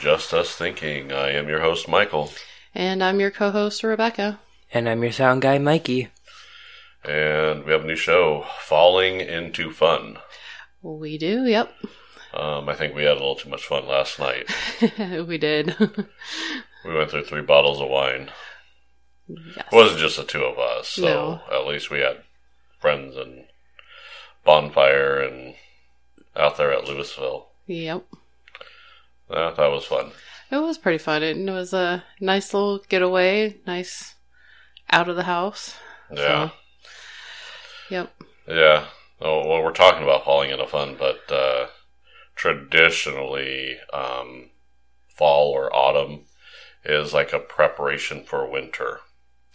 Just Us Thinking. I am your host, Michael. And I'm your co host, Rebecca. And I'm your sound guy, Mikey. And we have a new show, Falling Into Fun. We do, yep. Um, I think we had a little too much fun last night. we did. We went through three bottles of wine. yes. It wasn't just the two of us, so at least we had friends and bonfire and out there at Louisville. Yep. Uh, that was fun. It was pretty fun. It it was a nice little getaway, nice out of the house. Yeah. So, yep. Yeah. Oh, well, we're talking about falling into fun, but uh, traditionally, um, fall or autumn is like a preparation for winter.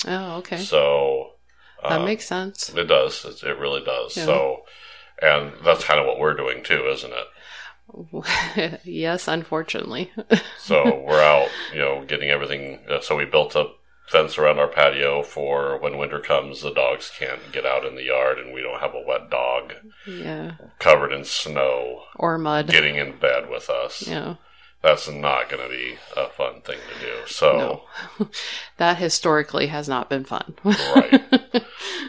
Oh, okay. So that um, makes sense. it does. It, it really does. Yeah. So, and that's kind of what we're doing too, isn't it? yes, unfortunately. So we're out, you know, getting everything. Uh, so we built a fence around our patio for when winter comes, the dogs can't get out in the yard, and we don't have a wet dog yeah. covered in snow Or mud. getting in bed with us. yeah. That's not going to be a fun thing to do. So, No. that historically has not been fun. Right.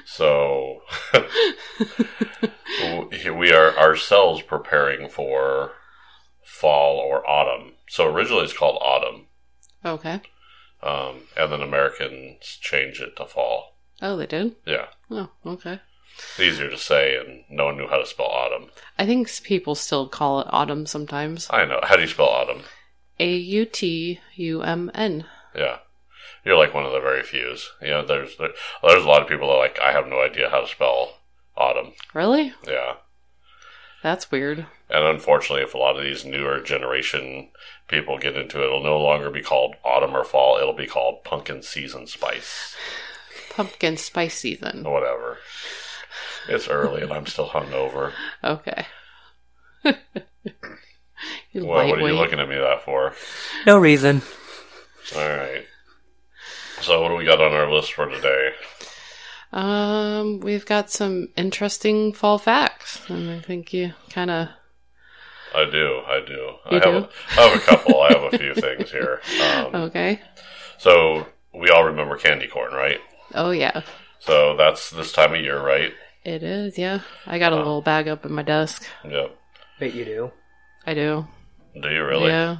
so we are ourselves preparing for fall or autumn. So originally it's called autumn, okay. um, and then Americans change it to fall. Oh, they did? Yeah, Oh, okay. it's easier to say, and no one knew how to spell autumn. I think s- people still call it autumn sometimes. I know. How do you spell autumn? A U T U M N. Yeah. You're like one of the very fews. You know, there's there, there's a lot of people that are like I have no idea how to spell autumn. Really? Yeah. That's weird. And unfortunately, if a lot of these newer generation people get into it, it'll no longer be called autumn or fall. It'll be called pumpkin season spice Pumpkin spice season. or whatever. It's early and I'm still hungover. Okay. You Well, what are you lightweight. looking at me that for? No reason. All right. So, what do we got on our list for today? Um, we've got some interesting fall facts, and I think you kind of I do. I do. I You have, A, do? Oh. I have a couple. I have a few things here. Um, okay. So, we all remember candy corn, right? Oh yeah, So, that's this time of year, right? it is. Yeah, I got a Oh. little bag up in my desk. Yep. Wait, you do? I do. Do you really? Yeah.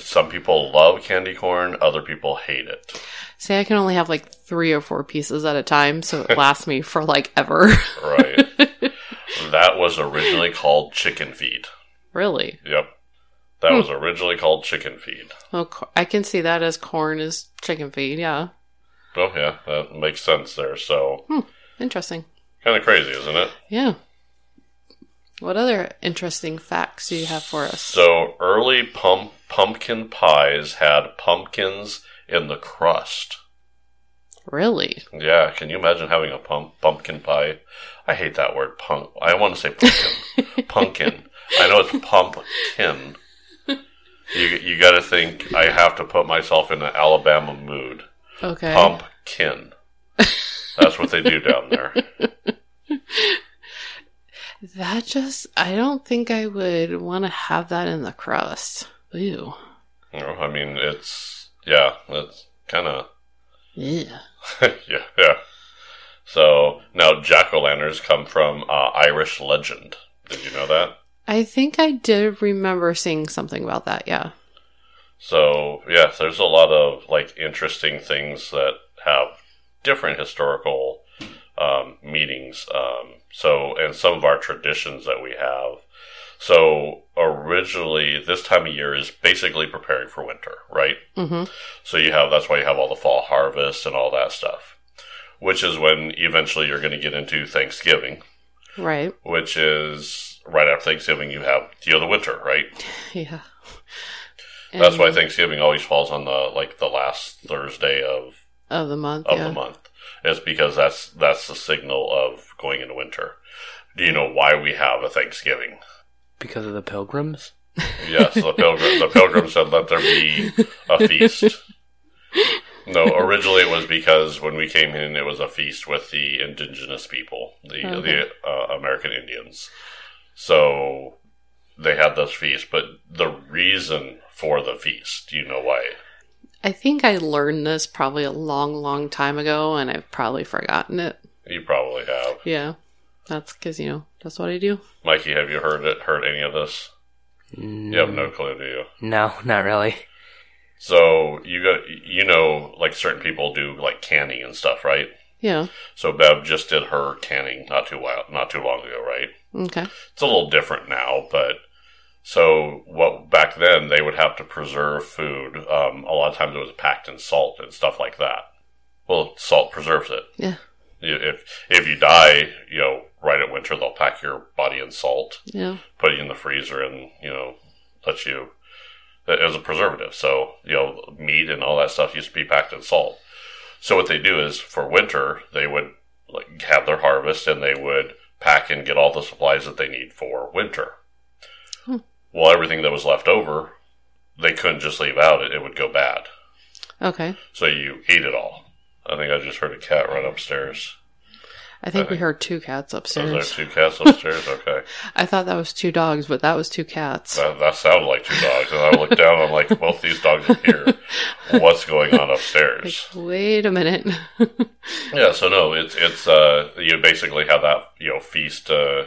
Some people love candy corn, other people hate it. See, I can only have like three or four pieces at a time, so it lasts me for like ever. Right. that was originally called chicken feed. really? Yep. That Hmm. was originally called chicken feed. Well, co- I can see that as corn is chicken feed. Yeah. Oh, yeah, that makes sense there. So, Interesting. kind of crazy, isn't it? Yeah. What other interesting facts do you have for us? So, early pump- pumpkin pies had pumpkins in the crust. really? Yeah, can you imagine having a pump- pumpkin pie? I hate that word, punk. I want to say pumpkin. pumpkin. I know it's pumpkin. You, you got to think, I have to put myself in an Alabama mood. Okay. Pumpkin. That's what they do down there. That just, I don't think I would want to have that in the crust. Ew. You know, I mean, it's, yeah, it's kind of, Yeah. yeah, yeah. So, now jack o' lanterns come from uh, Irish legend. Did you know that? I think I did remember seeing something about that. Yeah. So yes, there's a lot of like interesting things that have different historical um, meanings. Um, so and some of our traditions that we have. So originally, this time of year is basically preparing for winter, right? hmm So you have that's why you have all the fall harvest and all that stuff, which is when eventually you're going to get into Thanksgiving, Right. which is right after Thanksgiving you have the other winter, right? Yeah. That's And- why Thanksgiving always falls on the like the last Thursday of Of the month. of yeah. the month. It's because that's that's the signal of going into winter. Do you know why we have a Thanksgiving? Because of the pilgrims? Yes, the pilgrim the pilgrim said, "Let there be a feast." No, originally it was because when we came in, it was a feast with the indigenous people, the Oh, Okay. the uh, American Indians. So they had this feast, but the reason for the feast. Do you know why? I think I learned this probably a long, long time ago, and I've probably forgotten it. You probably have. Yeah, that's because you know that's what I do. Mikey, have you heard it? Heard any of this? You have no clue, do you? No, not really. So you got you know, like certain people do like canning and stuff, right? Yeah. So Bev just did her canning not too while, not too long ago, right? Okay. It's a little different now, but so what back then they would have to preserve food. Um, a lot of times it was packed in salt and stuff like that. Well, salt preserves it. Yeah. You- If if you die, you know, right at winter they'll pack your body in salt, Yeah. put it in the freezer, and you know, let you. It was a preservative, so you know, meat and all that stuff used to be packed in salt. So what they do is for winter they would like have their harvest and they would pack and get all the supplies that they need for winter. Hmm. Well, everything that was left over, they couldn't just leave out; it, it would go bad. Okay. So you eat it all. I think I just heard a cat run upstairs. I think we think- heard two cats Those are upstairs. two cats upstairs. Okay, I thought that was two dogs, but that was two cats. that, that sounded like two dogs. And I looked down. I'm like, both these dogs are here. What's going on Like, upstairs? wait a minute. Oh. Yeah, so no, it's it's uh, you basically have that you know feast, uh,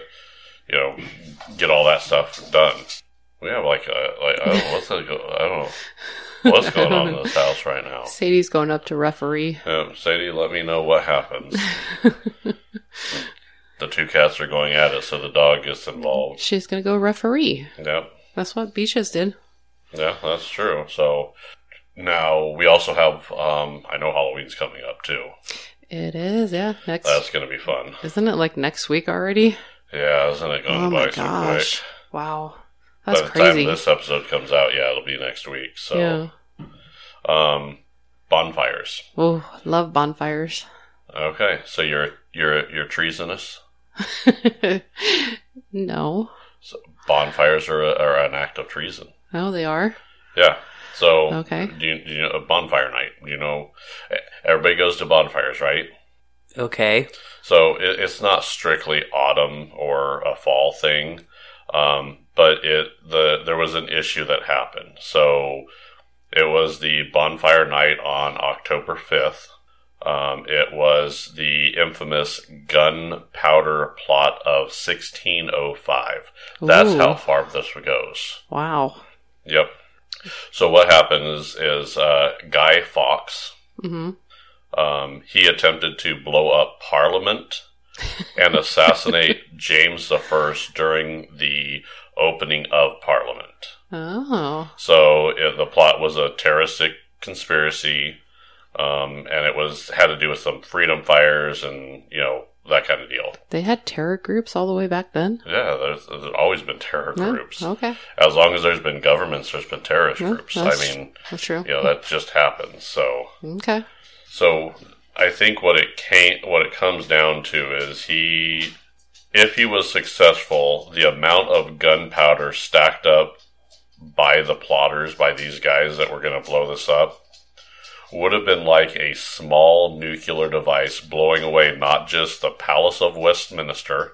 you know, get all that stuff done. We have like a like I don't know what's that go, I don't know what's going on in this house right now. Sadie's going up to referee. Um, Sadie, let me know what happens. the two cats are going at it, so the dog gets involved. She's gonna go referee. Yep. That's what Beaches did. Yeah, that's true. So now we also have. Um, I know Halloween's coming up too. It is, yeah. Next, That's going to be fun. isn't it like next week already? Yeah, isn't it going by Oh my so quick? gosh! Wow, that's By the crazy. time this episode comes out, yeah, it'll be next week. So, Yeah. um, bonfires. Oh, love bonfires. Okay, so you're you're you're treasonous. no, Bonfires are, a, are an act of treason. no, they are. Yeah. So, Okay. do you, do you know, a bonfire night? You know, everybody goes to bonfires, right? Okay. So it, it's not strictly autumn or a fall thing, um, but it the there was an issue that happened. So it was the bonfire night on October fifth. Um, it was the infamous gunpowder plot of 1605. That's Ooh, how far this goes. Wow. Yep. So what happens is uh, Guy Fawkes, hmm um, he attempted to blow up Parliament and assassinate James the First during the opening of Parliament. Oh, So it, the plot was a terroristic conspiracy, um, and it was had to do with some freedom fires and you know that kind of deal. they had terror groups all the way back then. Yeah, there's, there's always been terror No? groups. Okay, As long as there's been governments, there's been terrorist No, groups. I that's- mean, that's true. you know that just happens. So. Okay. So I think what it came, what it comes down to is he, if he was successful, the amount of gunpowder stacked up by the plotters, by these guys that were going to blow this up, would have been like a small nuclear device blowing away not just the Palace of Westminster,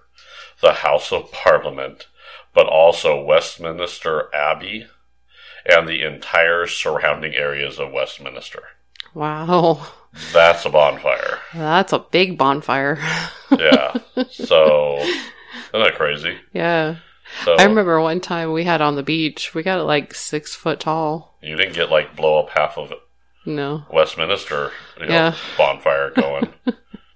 the House of Parliament, but also Westminster Abbey and the entire surrounding areas of Westminster. Wow, That's a bonfire. that's a big bonfire. Yeah. so, isn't that crazy? yeah, So, I remember one time we had on the beach. We got it like six foot tall. you didn't get like blow up half of No. Westminster you know, Yeah. bonfire going.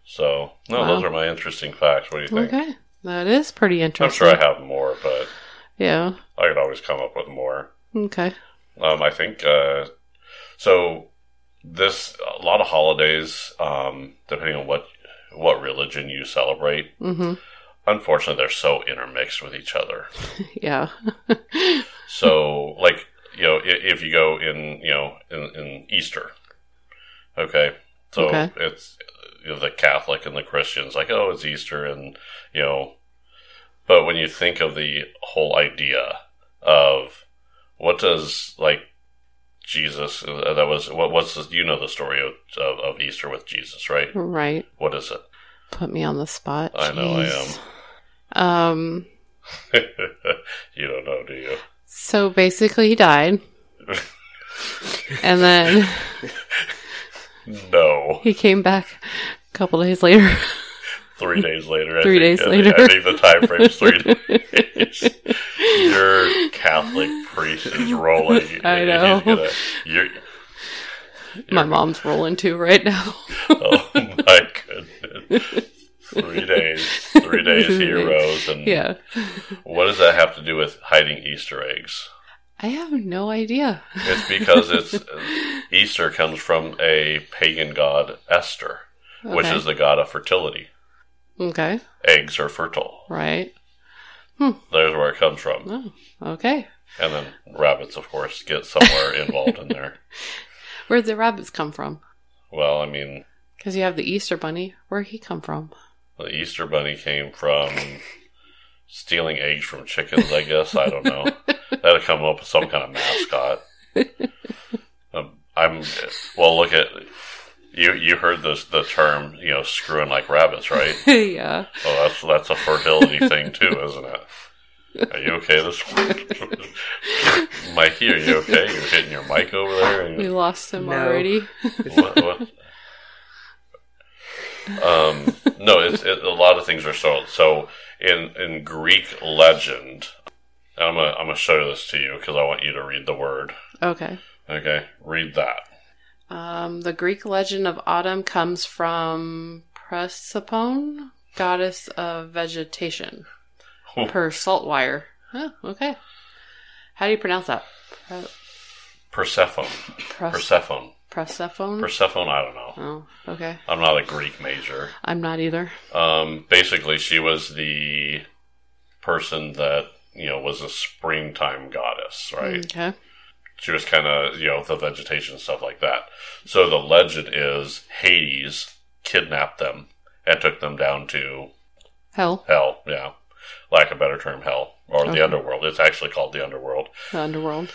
so, no, Wow. those are my interesting facts. What do you think? Okay, that is pretty I'm interesting. sure I have more, but Yeah. I could always come up with more. Okay. Um, I think uh, so. This a lot of holidays, um, depending on what what religion you celebrate. hmm Unfortunately, they're so intermixed with each other. Yeah. So, like, you know, i- if you go in, you know, in, in Easter, okay, so Okay. it's you know, the Catholic and the Christians, like, oh, it's Easter, and you know, but when you think of the whole idea of what does like Jesus, uh, that was what what's the, you know the story of, of of Easter with Jesus, right? right. What is it? Put me on the spot. I know I Jeez. Um. you don't know, do you? So basically, he died. And then No. he came back a couple days later. Three days later. I Three think. days I think- I later. think the time frame's three days. Your Catholic priest is rolling. I He's know. gonna- you're- My mom's rolling too right now. oh my goodness. Three days. Three days he Three days. arose. And yeah. what does that have to do with hiding Easter eggs? I have no idea. It's because it's Easter comes from a pagan god Esther, which Okay. is the god of fertility. Okay. Eggs are fertile. Right. There's where it comes from. Oh, okay. And then rabbits, of course, get somewhere involved in there. Where'd the rabbits come from? Well, I mean, Because you have the Easter Bunny. Where'd he come from? the Easter bunny came from stealing eggs from chickens, I guess. I don't know. That'd come up with some kind of mascot. Um, I'm well. Look at you. You heard this the term, you know, screwing like rabbits, right? yeah. Oh, that's that's a fertility thing too, isn't it? Are you okay this morning? Mikey, are you okay? You're hitting your mic over there. We lost him No. already. What, what? Um, no, it's it, a lot of things are so so in in Greek legend. I'm gonna I'm gonna show this to you because I want you to read the word. Okay. Okay, read that. Um, the Greek legend of autumn comes from Proserpine, goddess of vegetation, Oh. per saltwire. Huh, okay. How do you pronounce that? Pro- Persephone, pros- Persephone, Persephone? Persephone. I don't know. Oh, okay. I'm not a Greek major. I'm not either. Um, basically, she was the person that you know was a springtime goddess, right? Okay. She was kind of you know the vegetation stuff like that. So the legend is Hades kidnapped them and took them down to Hell, hell. Yeah, lack of better term, hell or Okay. the underworld. It's actually called the underworld. the underworld.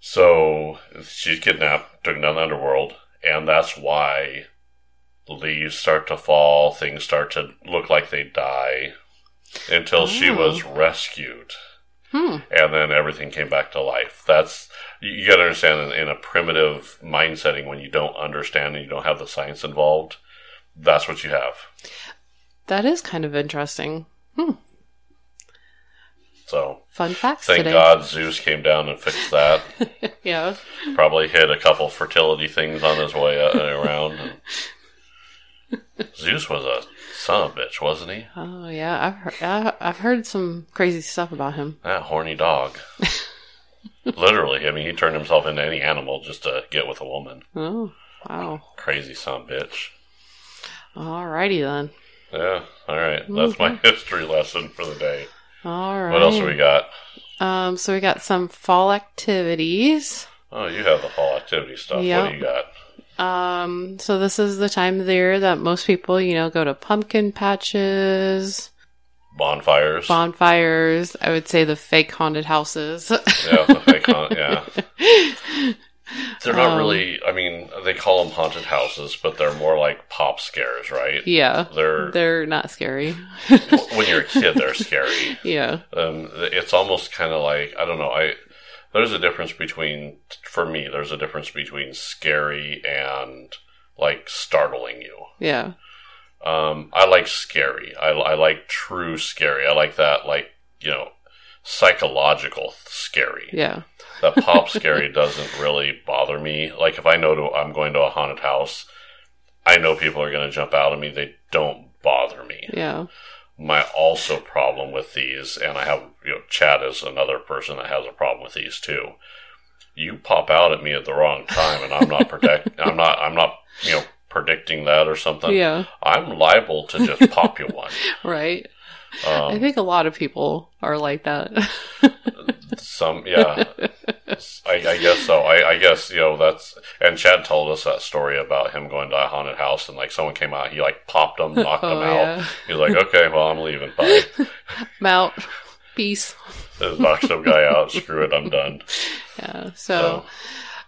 So she's kidnapped, took down the underworld, and that's why the leaves start to fall, things start to look like they die until she Oh. was rescued. Hmm. And then everything came back to life. That's you- you got to understand in, in a primitive mind setting when you don't understand and you don't have the science involved. That's what you have. That is kind of interesting. So Fun facts thank today. God Zeus came down and fixed that. Yeah. Probably hit a couple fertility things on his way uh, around. Zeus was a son of a bitch, wasn't he? Oh yeah, I've heard, I- I've heard some crazy stuff about him. That horny dog. Literally, I mean, he turned himself into any animal just to get with a woman. Oh wow. Crazy son of a bitch. Alrighty then. Yeah, all right. That's my history lesson for the day. All right. What else do we got? Um, so we got some fall activities. Oh, you have the fall activity stuff. What Yep. do you got? Um, so this is the time of the year that most people, you know, go to pumpkin patches, Bonfires. bonfires. I would say the fake haunted houses. yeah, the fake haunt. Yeah. They're not Um, really, I mean, they call them haunted houses, but they're more like pop scares, right? yeah, They're they're not scary. when you're a kid, they're scary. Yeah. Um, it's almost kind of like I don't know. I there's a difference between for me. There's a difference between scary and like startling you. Yeah. Um, I like scary. I, I like true scary. I like that like you know psychological scary. Yeah. That pop scary doesn't really bother me. Like if I know to, I'm going to a haunted house, I know people are going to jump out at me. They don't bother me Yeah. my also problem with these, and I have you know, Chad is another person that has a problem with these too. You pop out at me at the wrong time, and I'm not protect. I'm not. I'm not. You know, predicting that or something. Yeah. I'm liable to just pop you one. Right. I Um, think a lot of people are like that. some. Yeah. I, I guess so. I, I guess you know that's. And Chad told us that story about him going to a haunted house, and like someone came out, he like popped him, knocked him oh out. yeah. He's like, okay, well, I'm leaving. Bye. I'm out. Peace. Just knocked some guy out. Screw it. I'm done. Yeah. So,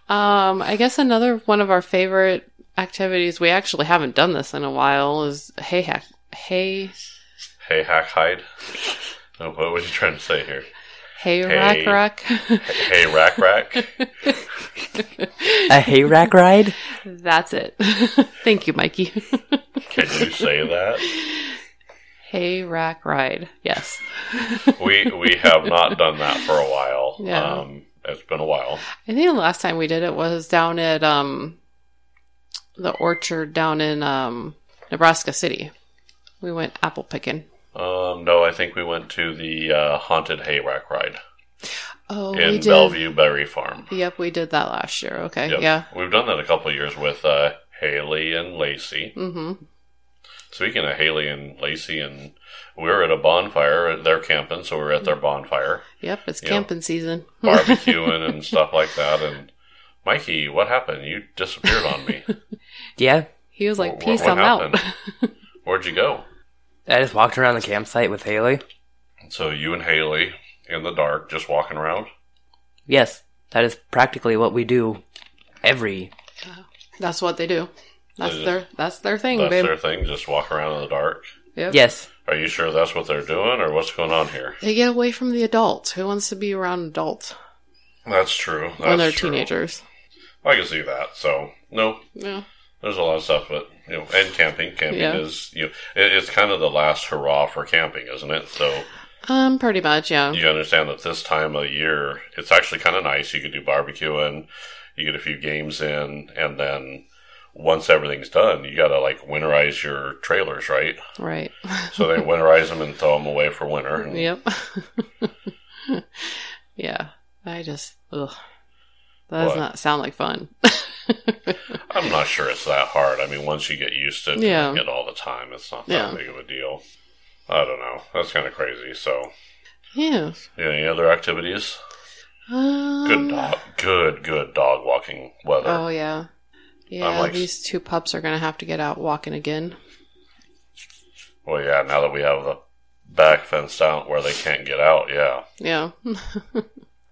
um, I guess another one of our favorite activities we actually haven't done this in a while is hay hack. Hay Hey, hack hide. Oh, what was you trying to say here? Hey, Hey. Rack Rack. Hey, Rack Rack. A hay rack ride? That's it. Thank you, Mikey. Can you say that? hey, Rack Ride. Yes. We we have not done that for a while. Yeah. Um, it's been a while. I think the last time we did it was down at um the orchard down in um Nebraska City. We went apple picking. Um, no, I think we went to the uh, haunted hay rack ride Oh, we in did. Bellevue Berry Farm. Yep, we did that last year. Okay. Yep. Yeah. We've done that a couple of years with uh, Haley and Lacey. Mhm. Speaking of Haley and Lacey, and we were at a bonfire. They're camping, so we were at their bonfire, Yep, it's Yep. camping season. barbecuing and stuff like that. And Mikey, what happened? You disappeared on me. Yeah. He was like, What- "Peace, what I'm out." happened? Where'd you go? I just walked around the campsite with Haley. So you and Haley in the dark, just walking around. Yes, that is practically what we do every. That's what they do. That's They their that's their thing, That's babe. their thing. Just walk around in the dark. Yep. Yes. Are you sure that's what they're doing, or what's going on here? They get away from the adults. Who wants to be around adults That's true. That's when they're true. teenagers? I can see that. So no, Yeah. there's a lot of stuff, but you know, and camping, camping Yeah. is you know, it, it's kind of the last hurrah for camping, isn't it? So Um, pretty much, yeah. you understand that this time of year, it's actually kind of nice. You could do barbecuing, you get a few games in, and then once everything's done, you got to like winterize your trailers, right? Right. So they winterize them and throw them away for winter. And Yep. yeah. I just ugh. That does What? not sound like fun. I'm not sure it's that hard. I mean, once you get used to doing Yeah. it all the time, it's not Yeah. that big of a deal. I don't know. That's kind of crazy. So, yeah. any other activities? Um, Good dog. Good, good dog walking weather. Oh yeah. Yeah, like- these two pups are gonna have to get out walking again. Well, yeah, now that we have the back fenced out where they can't get out, yeah. Yeah.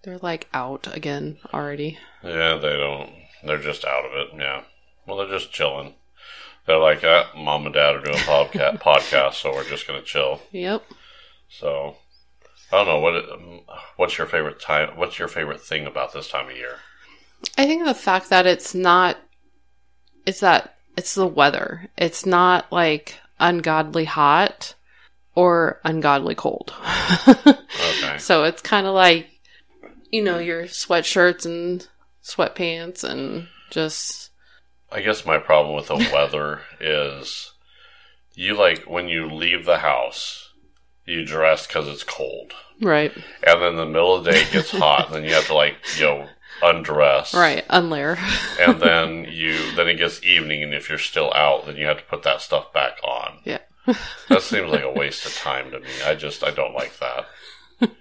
They're like out again already. Yeah, they don't. They're just out of it, yeah. Well, they're just chilling. They're like, ah, mom and dad are doing podca- podcast, so we're just going to chill. Yep. So I don't know what it, um, what's your favorite time. What's your favorite thing about this time of year? I think the fact that it's not, it's that it's the weather. It's not like ungodly hot or ungodly cold. Okay, so it's kind of like, you know, your sweatshirts and sweatpants and just, I guess my problem with the weather is you like when you leave the house, you dress because it's cold, right, and then the middle of the day it gets hot, and then you have to like you know undress, right, unlayer. and then you then it gets evening, and if you're still out, then you have to put that stuff back on. Yeah. that seems like a waste of time to me. I just I don't like that.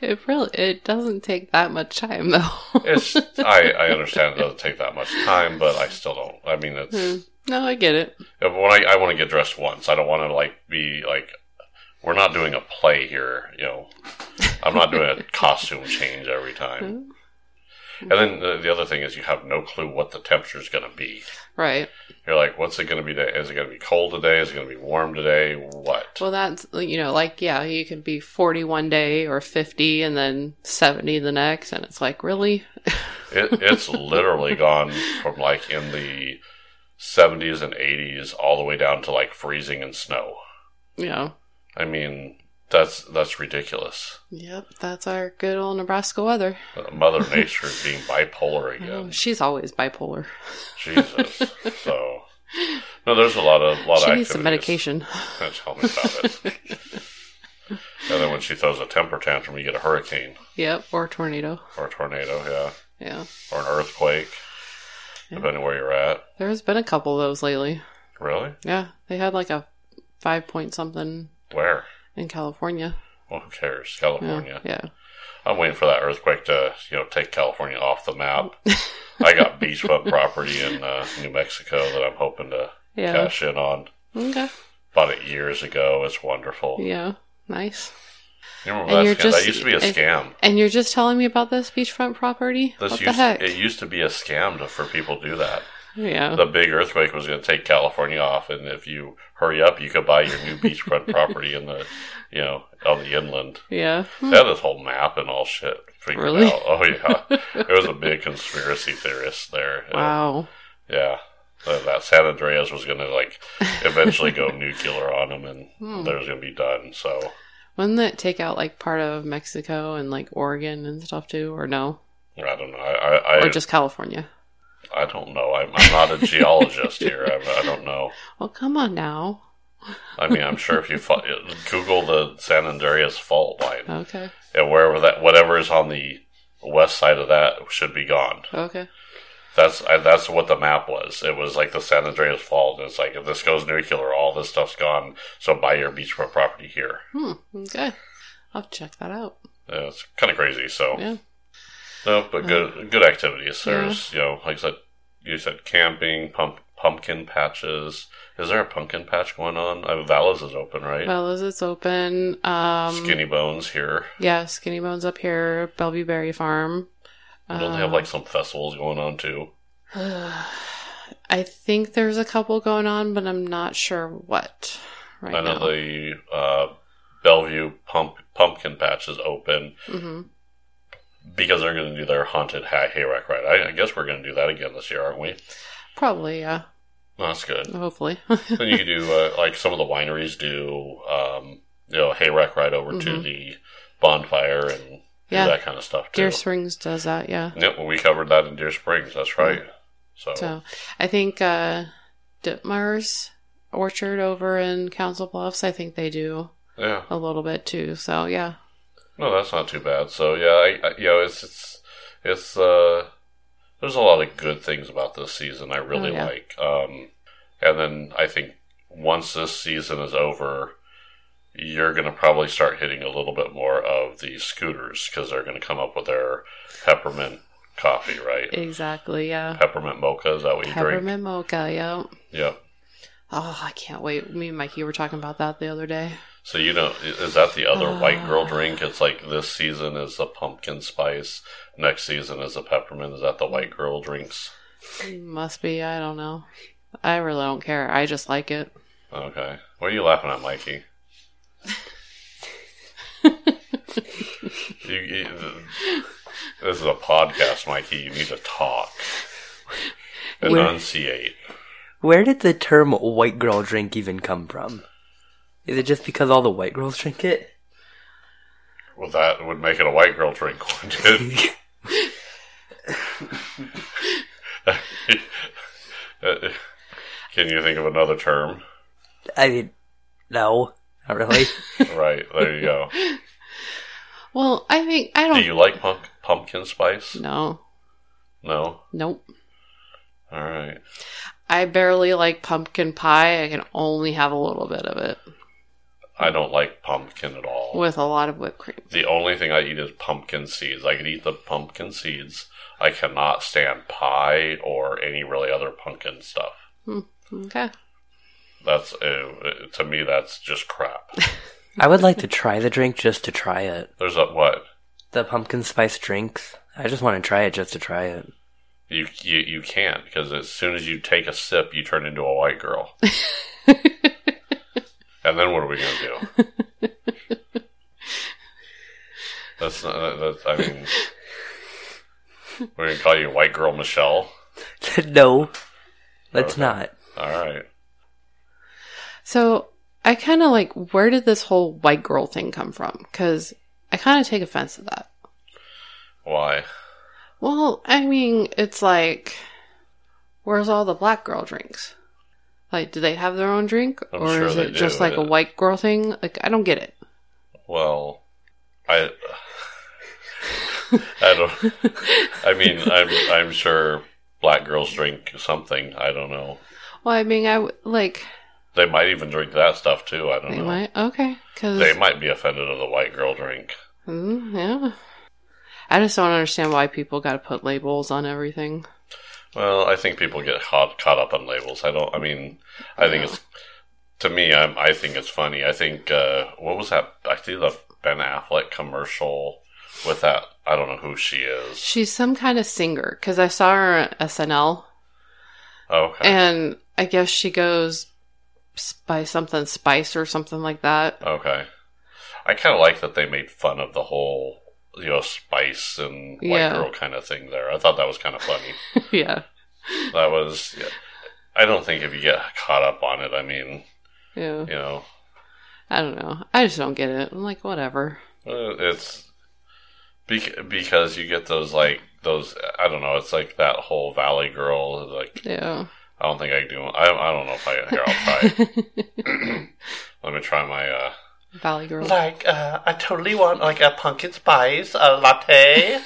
It really, it doesn't take that much time though. It's I, I understand it doesn't take that much time, but I still don't. I mean, it's Hmm. no, I get it. when I, I want to get dressed once. I don't want to like be like we're not doing a play here. You know, I'm not doing a costume change every time. Mm-hmm. And Hmm. then the, the other thing is you have no clue what the temperature's going to be. Right. You're like, what's it going to be today? Is it going to be cold today? Is it going to be warm today? What? Well, that's, you know, like, yeah, you can be 40 one day or 50 and then 70 the next. And it's like, really? It, it's literally gone from like in the 70s and 80s all the way down to like freezing and snow. You know, I mean, that's that's ridiculous. yep, that's our good old Nebraska weather. Mother Nature is being bipolar Oh, again. she's always bipolar. Jesus. So no, there's a lot of lot she of needs some activities. medication. Tell me about it. and then when she throws a temper tantrum, you get a hurricane yep, or a tornado. or a tornado, yeah, Yeah. or an earthquake, Yeah. depending where you're at. There's been a couple of those lately. Really? Yeah, they had like a five point something Where? in California. Well, who cares? Yeah. California. Yeah. I'm waiting for that earthquake to, you know, take California off the map. I got beachfront property in uh, New Mexico that I'm hoping to Yeah. cash in on. Okay. Bought it years ago. It's wonderful. Yeah. Nice. You remember And that you're scam? just- that used to be a I- scam. And you're just telling me about this beachfront property? This what used the heck? Oh. it used to be a scam to, for people to do that. Yeah. the big earthquake was going to take California off, and if you hurry up, you could buy your new beachfront property in the, you know, on the inland. yeah. Hmm. They had this whole map and all shit figured Really? out. Oh yeah, there was a big conspiracy theorist there. And, Wow. yeah, that that San Andreas was going to like eventually go nuclear on them, and Hmm. there was going to be done. So Wouldn't that take out like part of Mexico and like Oregon and stuff too, or no, I don't know. I I, I, or just California? I don't know. I'm, I'm not a geologist here. I, I don't know. Well, come on now. I mean, I'm sure if you fo- Google the San Andreas fault line. Okay. and wherever that whatever is on the west side of that should be gone. Okay. That's I, that's what the map was. It was like the San Andreas Fault. It's like if this goes nuclear, all this stuff's gone. So buy your beachfront property here. Hmm. Okay. I'll check that out. Yeah, it's kind of crazy. So Yeah. no, but good good activities. Yeah. There's you know like I said, you said camping, pump, pumpkin patches. Is there a pumpkin patch going on? I mean, Valles is open, right? Well, as it's open, um, Skinny Bones here. Yeah, Skinny Bones up here, Bellevue Berry Farm. Don't they have uh, like some festivals going on too? I think there's a couple going on, but I'm not sure what right I know now. the uh, Bellevue pump, pumpkin patch is open hmm because they're going to do their haunted ha- hayrack ride. I, I guess we're going to do that again this year, aren't we? Probably, yeah. Well, that's good. Hopefully. then you could do uh, like some of the wineries do, um, you know, hayrack ride over to Mhm. the bonfire and Yeah. do that kind of stuff too. Deer Springs does that, yeah. Yep, well, we covered that in Deer Springs. That's right. So, Mm. So I think uh, Ditmars Orchard over in Council Bluffs, I think they do yeah, a little bit too. So yeah, no, that's not too bad. So yeah, I, I, you know, it's it's it's uh, there's a lot of good things about this season. I really Oh, yeah. like. Um, and then I think once this season is over, you're going to probably start hitting a little bit more of the scooters because they're going to come up with their peppermint coffee, right? exactly, yeah. Peppermint mocha is that what you drink? Peppermint mocha, yeah. Yeah. Oh, I can't wait. Me and Mikey were talking about that the other day. So you know, is that the other Ah. white girl drink? It's like this season is the pumpkin spice, next season is the peppermint. Is that the white girl drinks? Must be, I don't know. I really don't care. I just like it. Okay. What are you laughing at, Mikey? you, you, this is a podcast, Mikey. You need to talk, Where- enunciate. Where did the term white girl drink even come from? Is it just because all the white girls drink it? Well, that would make it a white girl drink, wouldn't it? Uh, Can you think of another term? I mean, no, not really. Right there, you go. Well, I think I Do don't you like pump, pumpkin spice? No. No. Nope. All right. I barely like pumpkin pie. I can only have a little bit of it I don't like pumpkin at all. with a lot of whipped cream. The only thing I eat is pumpkin seeds. I could eat the pumpkin seeds. I cannot stand pie or any really other pumpkin stuff. Okay. That's uh, to me. That's just crap. I would like to try the drink just to try it. There's a what The pumpkin spice drinks. I just want to try it just to try it. you you, you can't because as soon as you take a sip, you turn into a white girl. and then what are we gonna do? That's not. That's, I mean, we're gonna call you White Girl Michelle. no, let's Okay. not. All right. So I kind of like where did this whole white girl thing come from? Because I kind of take offense to that. Why? Well, I mean, it's like, where's all the black girl drinks? Like, do they have their own drink, I'm or sure is they it just do, like a yeah. white girl thing? Like, I don't get it. Well, I, I don't. I mean, I'm I'm sure black girls drink something. I don't know. Well, I mean, I w- like They might even drink that stuff too. I don't they know. might okay because They might be offended of the white girl drink. mm, yeah. I just don't understand why people got to put labels on everything. Well, I think people get caught caught up on labels. I don't. I mean, I think it's to me. I'm, I think it's funny. I think uh, what was that? I think the Ben Affleck commercial with that. I don't know who she is. She's some kind of singer because I saw her at SNL Oh, Okay. and I guess she goes s- by something spice or something like that. okay. I kind of like that they made fun of the whole, you know, spice and white Yeah. girl kind of thing there. I thought that was kind of funny. yeah, that was. Yeah. I don't think if you get caught up on it, I mean, yeah. you know, I don't know. I just don't get it. I'm like, whatever. Uh, It's bec- because you get those like those. I don't know. It's like that whole Valley Girl. Like Yeah. I don't think I do. I I don't know if I here. I'll try. Let me try my. uh Valley girl. Like uh, I totally want like a pumpkin spice a latte.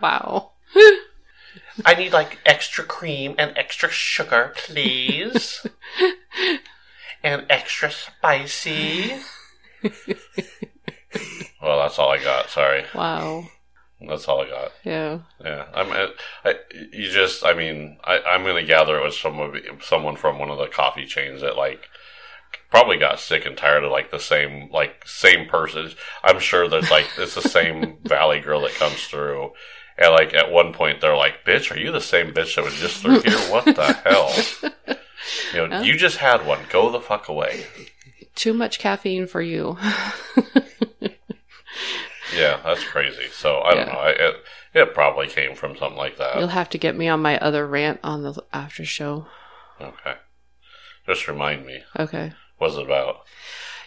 Wow. I need like extra cream and extra sugar, please, and extra spicy. well, that's all I got. Sorry, Wow. that's all I got. Yeah. Yeah, I'm. I, I, you just, I mean, I, I'm going to gather it was someone, someone from one of the coffee chains that like probably got sick and tired of like the same, like same person. I'm sure there's like it's the same valley girl that comes through, and like at one point they're like, "Bitch, are you the same bitch that was just through here? What the hell? You know, Oh. you just had one. Go the fuck away." Too much caffeine for you. Yeah, that's crazy. So I don't Yeah. know. I, it, it probably came from something like that. You'll have to get me on my other rant on the after show. Okay, just remind me. Okay. What's it about?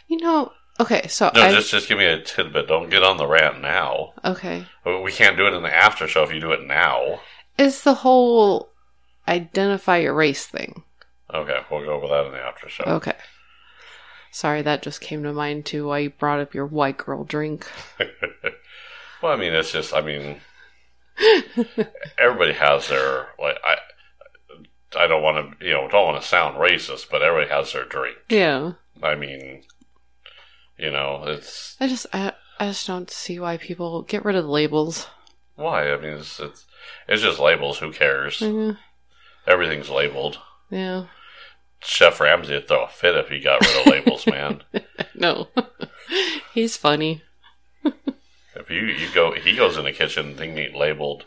You know, okay, so No, I just just give me a tidbit. Don't get on the rant now. okay. We can't do it in the after show if you do it now. It's the whole identify your race thing. Okay, we'll go over that in the after show. Okay. Sorry, that just came to mind too while you brought up your white girl drink. Well, I mean, it's just, I mean, everybody has their like. I I don't want to, you know, don't want to sound racist, but everybody has their drink. Yeah. I mean, you know, it's I just I, I just don't see why people get rid of the labels. why. I mean, it's it's, it's just labels. Who cares? Yeah. Everything's labeled. Mm-hmm. yeah. Chef Ramsey would throw a fit if he got rid of labels, man. No. He's funny. If you, you go, he goes in the kitchen, thing ain't labeled.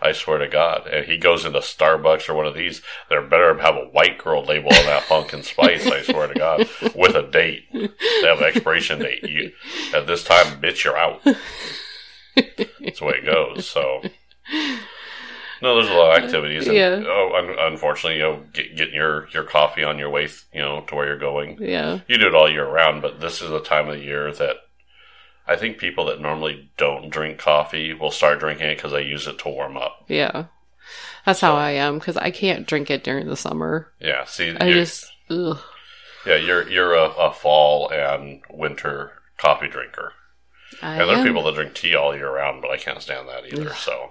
I swear to God. And he goes into Starbucks or one of these, they're better have a white girl label on that pumpkin spice. I swear to God, with a date. They have an expiration date. You at this time, bitch, you're out. That's the way it goes. So. No, there's a lot of activities. And, Yeah. Oh, un- unfortunately, you know, get, getting your, your coffee on your way, th- you know, to where you're going Yeah. you do it all year round, but this is a time of the year that I think people that normally don't drink coffee will start drinking it because they use it to warm up. Yeah. That's how I am cuz I can't drink it during the summer. Yeah, see, I you- just ugh. yeah, you're you're a, a fall and winter coffee drinker, I and there am- are people that drink tea all year round, but I can't stand that either. Ugh. So,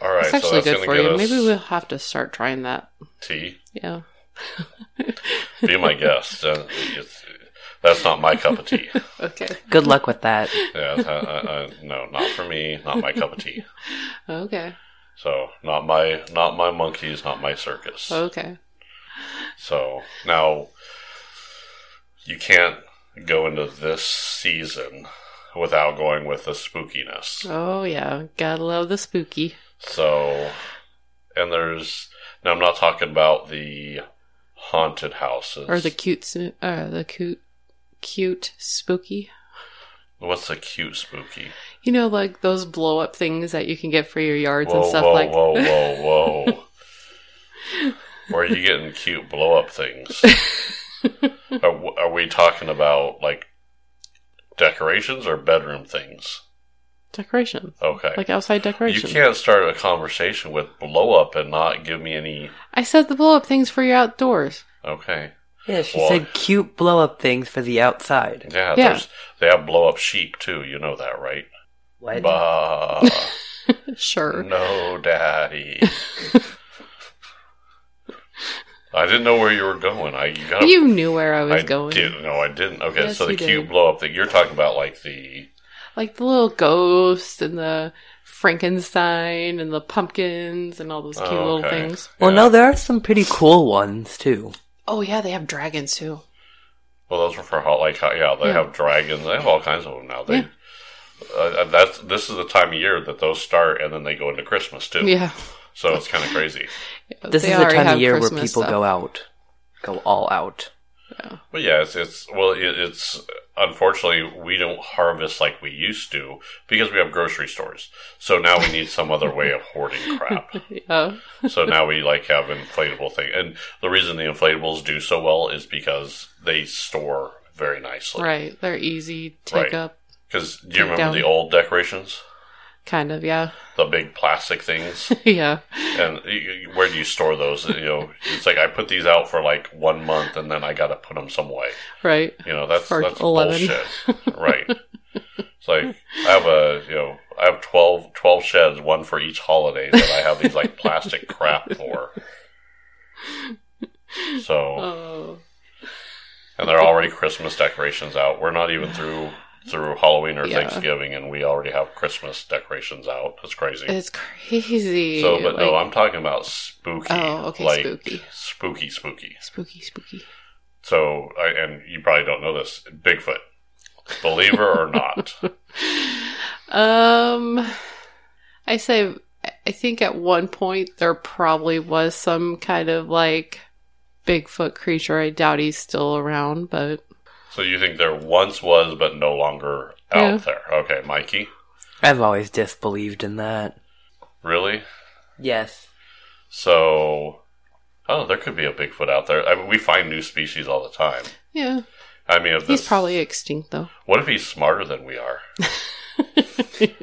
all right, It's so actually that's gonna good for get you. us Maybe we'll have to start trying that. tea. Yeah. Be my guest. Uh, it's- that's not my cup of tea. Okay. Good luck with that. Yeah, I, I, I, uh, no, not for me. Not my cup of tea. Okay. So not my not my monkeys, not my circus. Okay. So now you can't go into this season without going with the spookiness. Oh yeah, got to love the spooky. So, and there's now I'm not talking about the haunted houses or the cute, sm- uh, the cute, cute spooky. what's the cute spooky? You know, like those blow up things that you can get for your yards Whoa, and stuff whoa, like. whoa, whoa, whoa! Where are you getting cute blow up things? are, w- are we talking about like decorations or bedroom things? Decoration, Okay. like outside decoration. You can't start a conversation with blow up and not give me any. I said the blow up things for your outdoors. Okay. Yeah, she Well- said cute blow up things for the outside. Yeah, Yeah. There's, they have blow up sheep too. You know that, right? What? Bah, Sure. no, daddy. I didn't know where you were going. I you got You knew where I I was going. Didn't, no, I didn't. Okay, Yes, so the you cute did. blow up thing you're talking about, like the Like the little ghosts and the Frankenstein and the pumpkins and all those cute Oh, little okay. things. Well, yeah. no, there are some pretty cool ones too. Oh yeah, they have dragons too. Well, those were for hot, like hot- yeah, they Yeah. have dragons. They have all kinds of them now. They Yeah. uh, that's this is the time of year that those start, and then they go into Christmas too. Yeah. So it's kind of crazy. This They is the already time have of year where Christmas people stuff. go out, go all out. But yeah, it's, it's well, it, it's unfortunately we don't harvest like we used to because we have grocery stores. So now we need some other way of hoarding crap. Yeah. So now we like have inflatable thing, and the reason the inflatables do so well is because they store very nicely. Right. They're easy take Right. up. Because do you Take remember down. the old decorations, Kind of, yeah. the big plastic things? yeah. and y- y- where do you store those? You know, it's like I put these out for like one month, and then I got to put them some way. Right. You know, that's For that's 11. bullshit, right? It's like I have a you know I have 12, 12 sheds, one for each holiday that I have these like plastic crap for. So, Oh. and they're already Christmas decorations out. We're not even through through Halloween or Yeah. Thanksgiving, and we already have Christmas decorations out. That's crazy. It's crazy. so, but no, Like- I'm talking about spooky. Oh, okay, like, spooky. spooky, spooky. Spooky, spooky. So, I, and you probably don't know this, Bigfoot, believer or not, Um, I say, I think at one point there probably was some kind of like Bigfoot creature. I doubt he's still around, but so you think there once was, but no longer out Yeah. there? Okay, Mikey, I've always disbelieved in that. really? Yes. So, oh, there could be a Bigfoot out there. I mean, we find new species all the time. yeah, I mean, if he's this, probably extinct though. What if he's smarter than we are?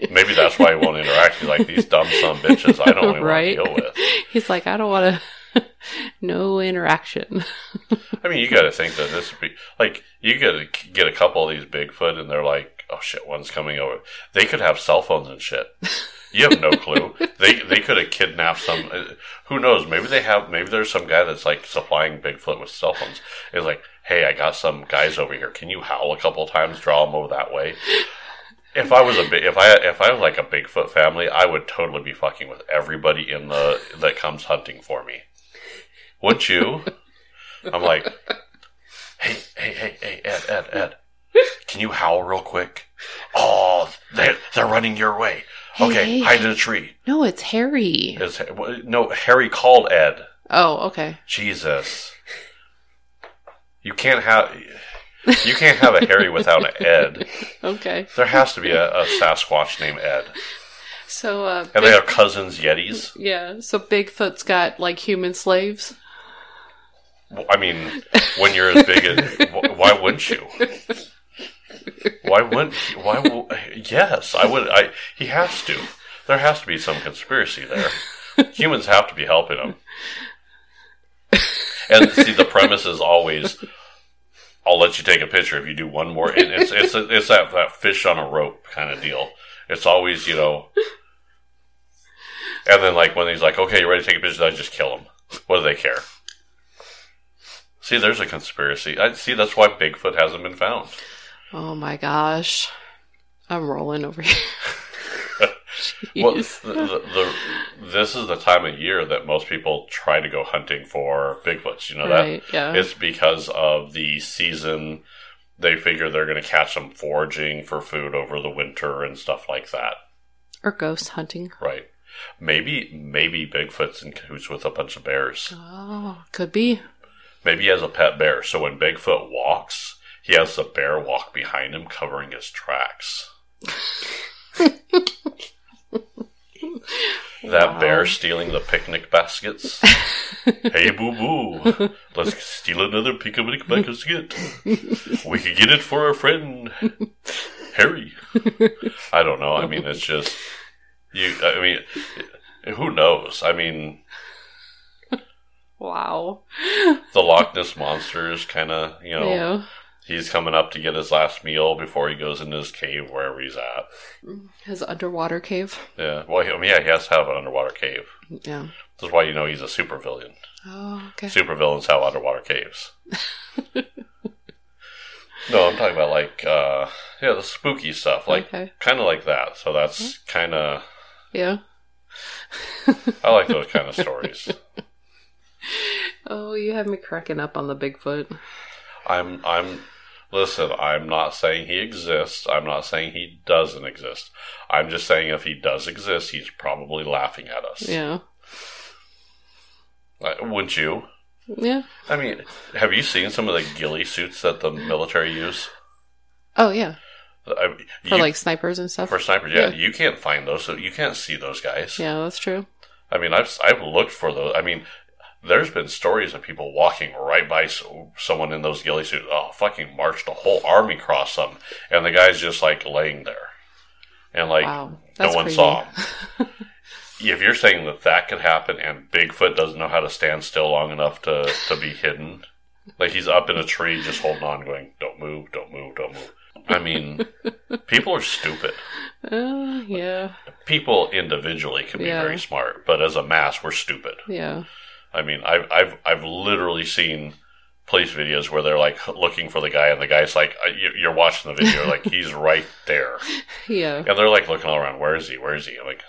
Maybe that's why he won't interact. He's like these dumb son of bitches. I don't even Right. want to deal with. he's like, I don't want to. no interaction. I mean, you got to think that this would be like you could get a couple of these Bigfoot, and they're like, "Oh shit, one's coming over." They could have cell phones and shit. You have no clue. they they could have kidnapped some. uh, Who knows? Maybe they have. Maybe there's some guy that's like supplying Bigfoot with cell phones. It's like, hey, I got some guys over here. Can you howl a couple times? Draw them over that way. If I was a big, if I if I was like a Bigfoot family, I would totally be fucking with everybody in the that comes hunting for me. Wouldn't you? I'm like, hey, hey, hey, hey, Ed, Ed, Ed, can you howl real quick? Oh, they're, they're running your way. Hey, okay, hey, hide in a tree. No, it's Harry. Is, no, Harry called Ed. oh, okay. Jesus. You can't have you can't have a Harry without an Ed. Okay. There has to be a, a Sasquatch named Ed. So, uh, And they have cousins Yetis. yeah. So Bigfoot's got like human slaves. Well, I mean, when you're as big as, wh- why wouldn't you? Why wouldn't? he- Why? wo- Yes, I would. I he has to. There has to be some conspiracy there. Humans have to be helping him. And see, the premise is always, I'll let you take a picture if you do one more. And it's it's it's that, that fish on a rope kind of deal. It's always you know. And then like when he's like, okay, you ready to take a picture? I just kill him. What do they care? See, there's a conspiracy. I see. That's why Bigfoot hasn't been found. Oh my gosh. I'm rolling over here. Well, the, Jeez. the, the, this is the time of year that most people try to go hunting for Bigfoots. You know right, that yeah. it's because of the season. They figure they're going to catch them foraging for food over the winter and stuff like that. or ghost hunting. Right? Maybe maybe Bigfoot's in cahoots with a bunch of bears. Oh, could be. Maybe he has a pet bear. So when Bigfoot walks, he has the bear walk behind him, covering his tracks. That Wow. bear stealing the picnic baskets. hey, boo boo. Let's steal another picnic basket. We could get it for our friend, Harry. I don't know. I mean, it's just. you. I mean, who knows? I mean, Wow. the Loch Ness Monster is kind of, you know. Yeah. He's coming up to get his last meal before he goes into his cave, wherever he's at. His underwater cave. Yeah. Well, he, I mean, yeah, he has to have an underwater cave. Yeah. This is why you know he's a supervillain. Oh, okay. Supervillains have underwater caves. no, I'm talking about like, uh, yeah, the spooky stuff, like okay. kind of like that. So that's kind of Yeah. I like those kind of stories. Oh, you have me cracking up on the Bigfoot. I'm I'm listen, I'm not saying he exists. I'm not saying he doesn't exist. I'm just saying if he does exist, he's probably laughing at us. Yeah. Uh, Would you? Yeah. I mean, have you seen some of the ghillie suits that the military use? Oh yeah. I, For you- like snipers and stuff. for snipers, yeah, yeah. you can't find those, so you can't see those guys. Yeah, that's true. I mean, I've I've looked for those. I mean, there's been stories of people walking right by so, someone in those ghillie suits. Oh, fucking marched a whole army across them, and the guy's just like laying there, and like wow. no That's one crazy. saw him. if you're saying that that could happen, and Bigfoot doesn't know how to stand still long enough to to be hidden, like he's up in a tree just holding on, going, "Don't move, don't move, don't move." I mean, people are stupid Uh, yeah. people individually can be Yeah. very smart, but as a mass, we're stupid. Yeah. I mean, I've I've I've literally seen police videos where they're like looking for the guy, and the guy's like, uh, you- "You're watching the video, like he's right there," Yeah. and they're like looking all around, "Where is he? Where is he?" I'm like,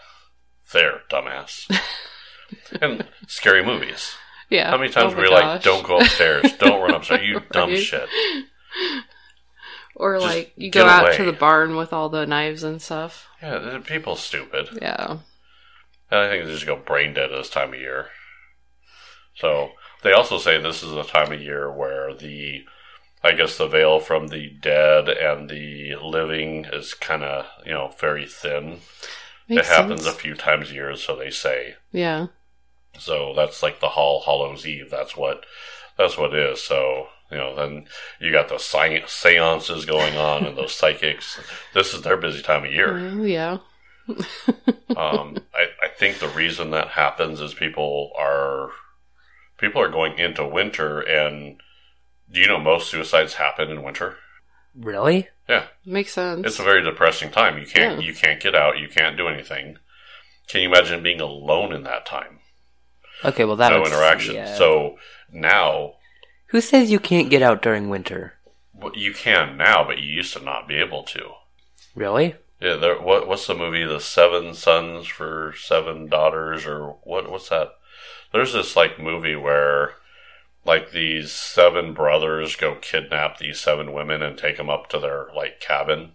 "There, dumbass." and scary movies. Yeah. How many times Oh were my you like, gosh. "Don't go upstairs, don't run upstairs, you dumb Right. shit." Or Just like you get go out away. to the barn with all the knives and stuff. Yeah, the people stupid. Yeah. And I think they just go brain dead this time of year. So they also say this is a time of year where the, I guess the veil from the dead and the living is kind of you know very thin. Makes it happens sense. a few times a year, so they say. yeah. So that's like the Hall Hollows Eve. That's what that's what it is. So you know, then you got those sci- seances going on and those psychics. This is their busy time of year. Oh, yeah. um, I, I think the reason that happens is people are people are going into winter, and do you know most suicides happen in winter? Really? Makes sense. It's a very depressing time. You can't Yeah. you can't get out. You can't do anything. Can you imagine being alone in that time? Okay, well that no makes- interaction. yeah. So now who says you can't get out during winter? w- you can now, but you used to not be able to. Really? Yeah, there, what what's the movie? The Seven Sons for Seven Daughters, or what? What's that? There's this like movie where like these seven brothers go kidnap these seven women and take them up to their like cabin,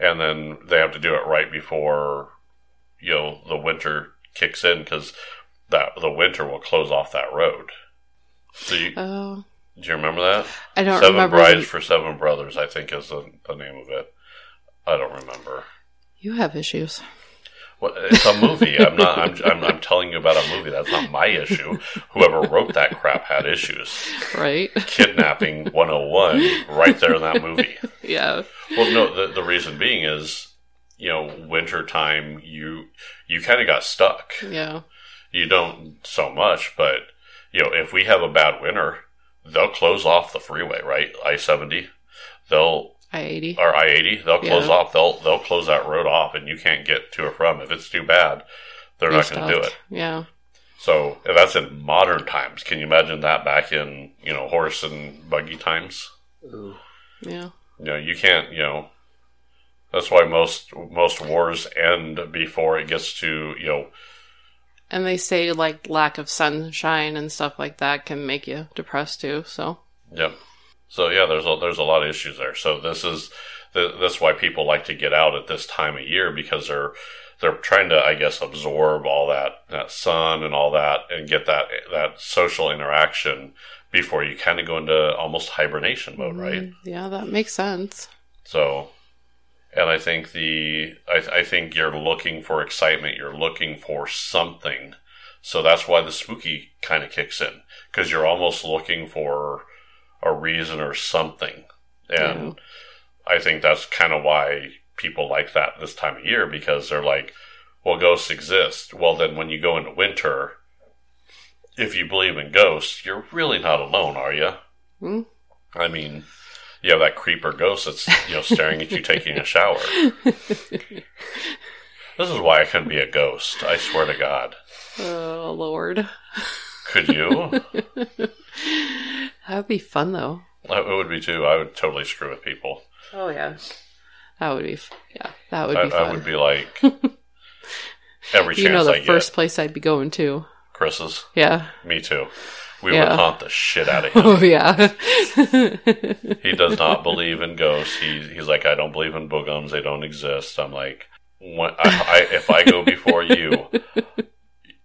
and then they have to do it right before you know the winter kicks in because that the winter will close off that road. So you, do oh, you remember that? I don't seven remember. brides the- for seven brothers, I think is the, the name of it. I don't remember. you have issues. Well, it's a movie. I'm not. I'm, I'm, I'm telling you about a movie. That's not my issue. Whoever wrote that crap had issues. Right? Kidnapping 101, right there in that movie. yeah. Well, no. The, the reason being is, you know, wintertime. You you kind of got stuck. Yeah. You don't so much, but you know, if we have a bad winter, they'll close off the freeway, right? I seventy. They'll I 80. or I eighty, they'll close Yeah. off. They'll they'll close that road off, and you can't get to or from. If it's too bad, they're not going to do it. Yeah. So and that's in modern times. Can you imagine that back in you know horse and buggy times? Ooh. Yeah. You know you can't. You know that's why most most wars end before it gets to you know And they say like lack of sunshine and stuff like that can make you depressed too. So Yep. So yeah, there's a, there's a lot of issues there. So this is th- that's why people like to get out at this time of year because they're they're trying to I guess absorb all that that sun and all that and get that that social interaction before you kind of go into almost hibernation mode, right? Mm, Yeah, that makes sense. So, and I think the I, I think you're looking for excitement. You're looking for something. So that's why the spooky kind of kicks in because you're almost looking for a reason or something. And I think that's kind of why people like that this time of year because they're like, well, ghosts exist. Well, then when you go into winter, if you believe in ghosts, you're really not alone, are you? Hmm. I mean, you have that creeper ghost that's you know staring at you taking a shower. This is why I couldn't be a ghost. I swear to God. oh Lord, Could you? that'd be fun though. it would be too. I would totally screw with people. Oh yeah, that would be. f- Yeah, that would I, be fun. I would be like every you know chance the I first place I'd be going to. get. Chris's, Yeah. me too. We Yeah. would haunt the shit out of him. Oh yeah. he does not believe in ghosts. He's he's like, I don't believe in boogums. They don't exist. I'm like, when, I, I, if I go before you,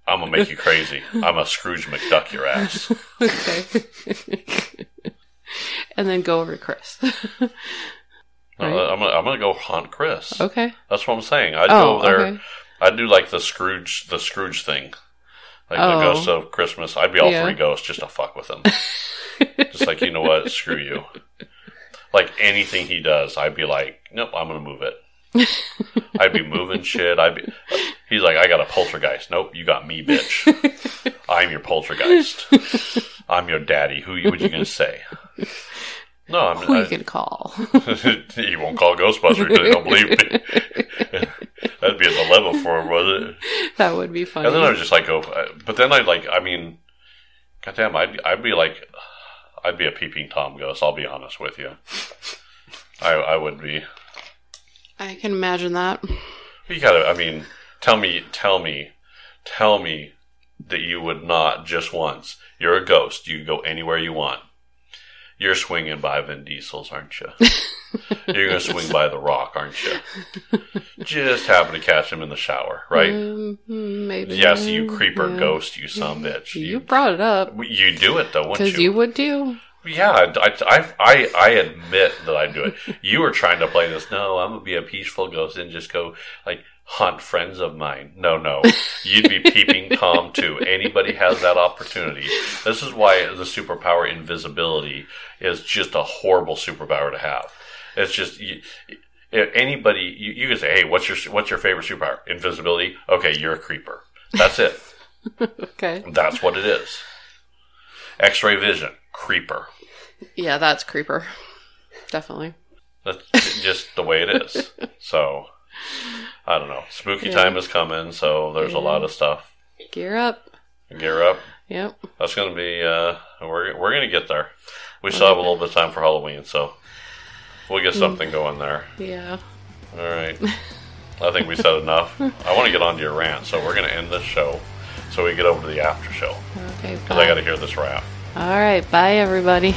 I'm gonna make you crazy. I'm a Scrooge McDuck your ass. okay. and then go over to Chris. No, Right. Uh, I'm, gonna, I'm gonna go hunt Chris. okay. That's what I'm saying. I'd oh, go there. okay. I'd do like the Scrooge, the Scrooge thing, like Oh. the ghost of Christmas. I'd be all Yeah. three ghosts just to fuck with him. just like you know what, screw you. Like anything he does, I'd be like, nope, I'm gonna move it. I'd be moving shit. I'd be. He's like, I got a poltergeist. Nope, you got me, bitch. I'm your poltergeist. I'm your daddy. Who you- what you gonna say? No, I'm. Who you I- can call? he won't call Ghostbusters because they don't believe me. That'd be at the level for him, wasn't it? that would be funny. And then I was just like, oh, but then I'd like, I mean, goddamn, I'd, I'd be like, I'd be a peeping Tom ghost, I'll be honest with you. I, I would be. I can imagine that. You gotta, I mean, tell me, tell me, tell me that you would not just once. You're a ghost. You can go anywhere you want. You're swinging by Vin Diesel's, aren't you? You're gonna swing by The Rock, aren't you? Just happen to catch him in the shower, right? Um, hmm, maybe. Yes, you creeper Yeah. ghost, you son of a bitch. You You, brought it up you do it though, wouldn't because you would too. yeah, I, I, I, I admit that I do it. You were trying to play this. No, I'm gonna be a peaceful ghost and just go like hunt friends of mine. No, no, you'd be peeping tom too. Anybody has that opportunity. This is why the superpower invisibility is just a horrible superpower to have. It's just you, if anybody you, you can say, hey, what's your what's your favorite superpower? Invisibility. Okay, you're a creeper. That's it. Okay. That's what it is. X-ray vision, creeper. Yeah, that's creeper. Definitely. That's just the way it is. So I don't know. Spooky Yeah. time is coming, so there's Yeah. a lot of stuff. Gear up. Gear up. Yep. That's gonna be. Uh, we're we're gonna get there. We still have a little bit of time for Halloween, so we'll get something going there. Yeah. All right. I think we said enough. I want to get on to your rant, so we're gonna end this show, so we get over to the after show Okay. because I bye. got to hear this rant. All right. Bye, everybody.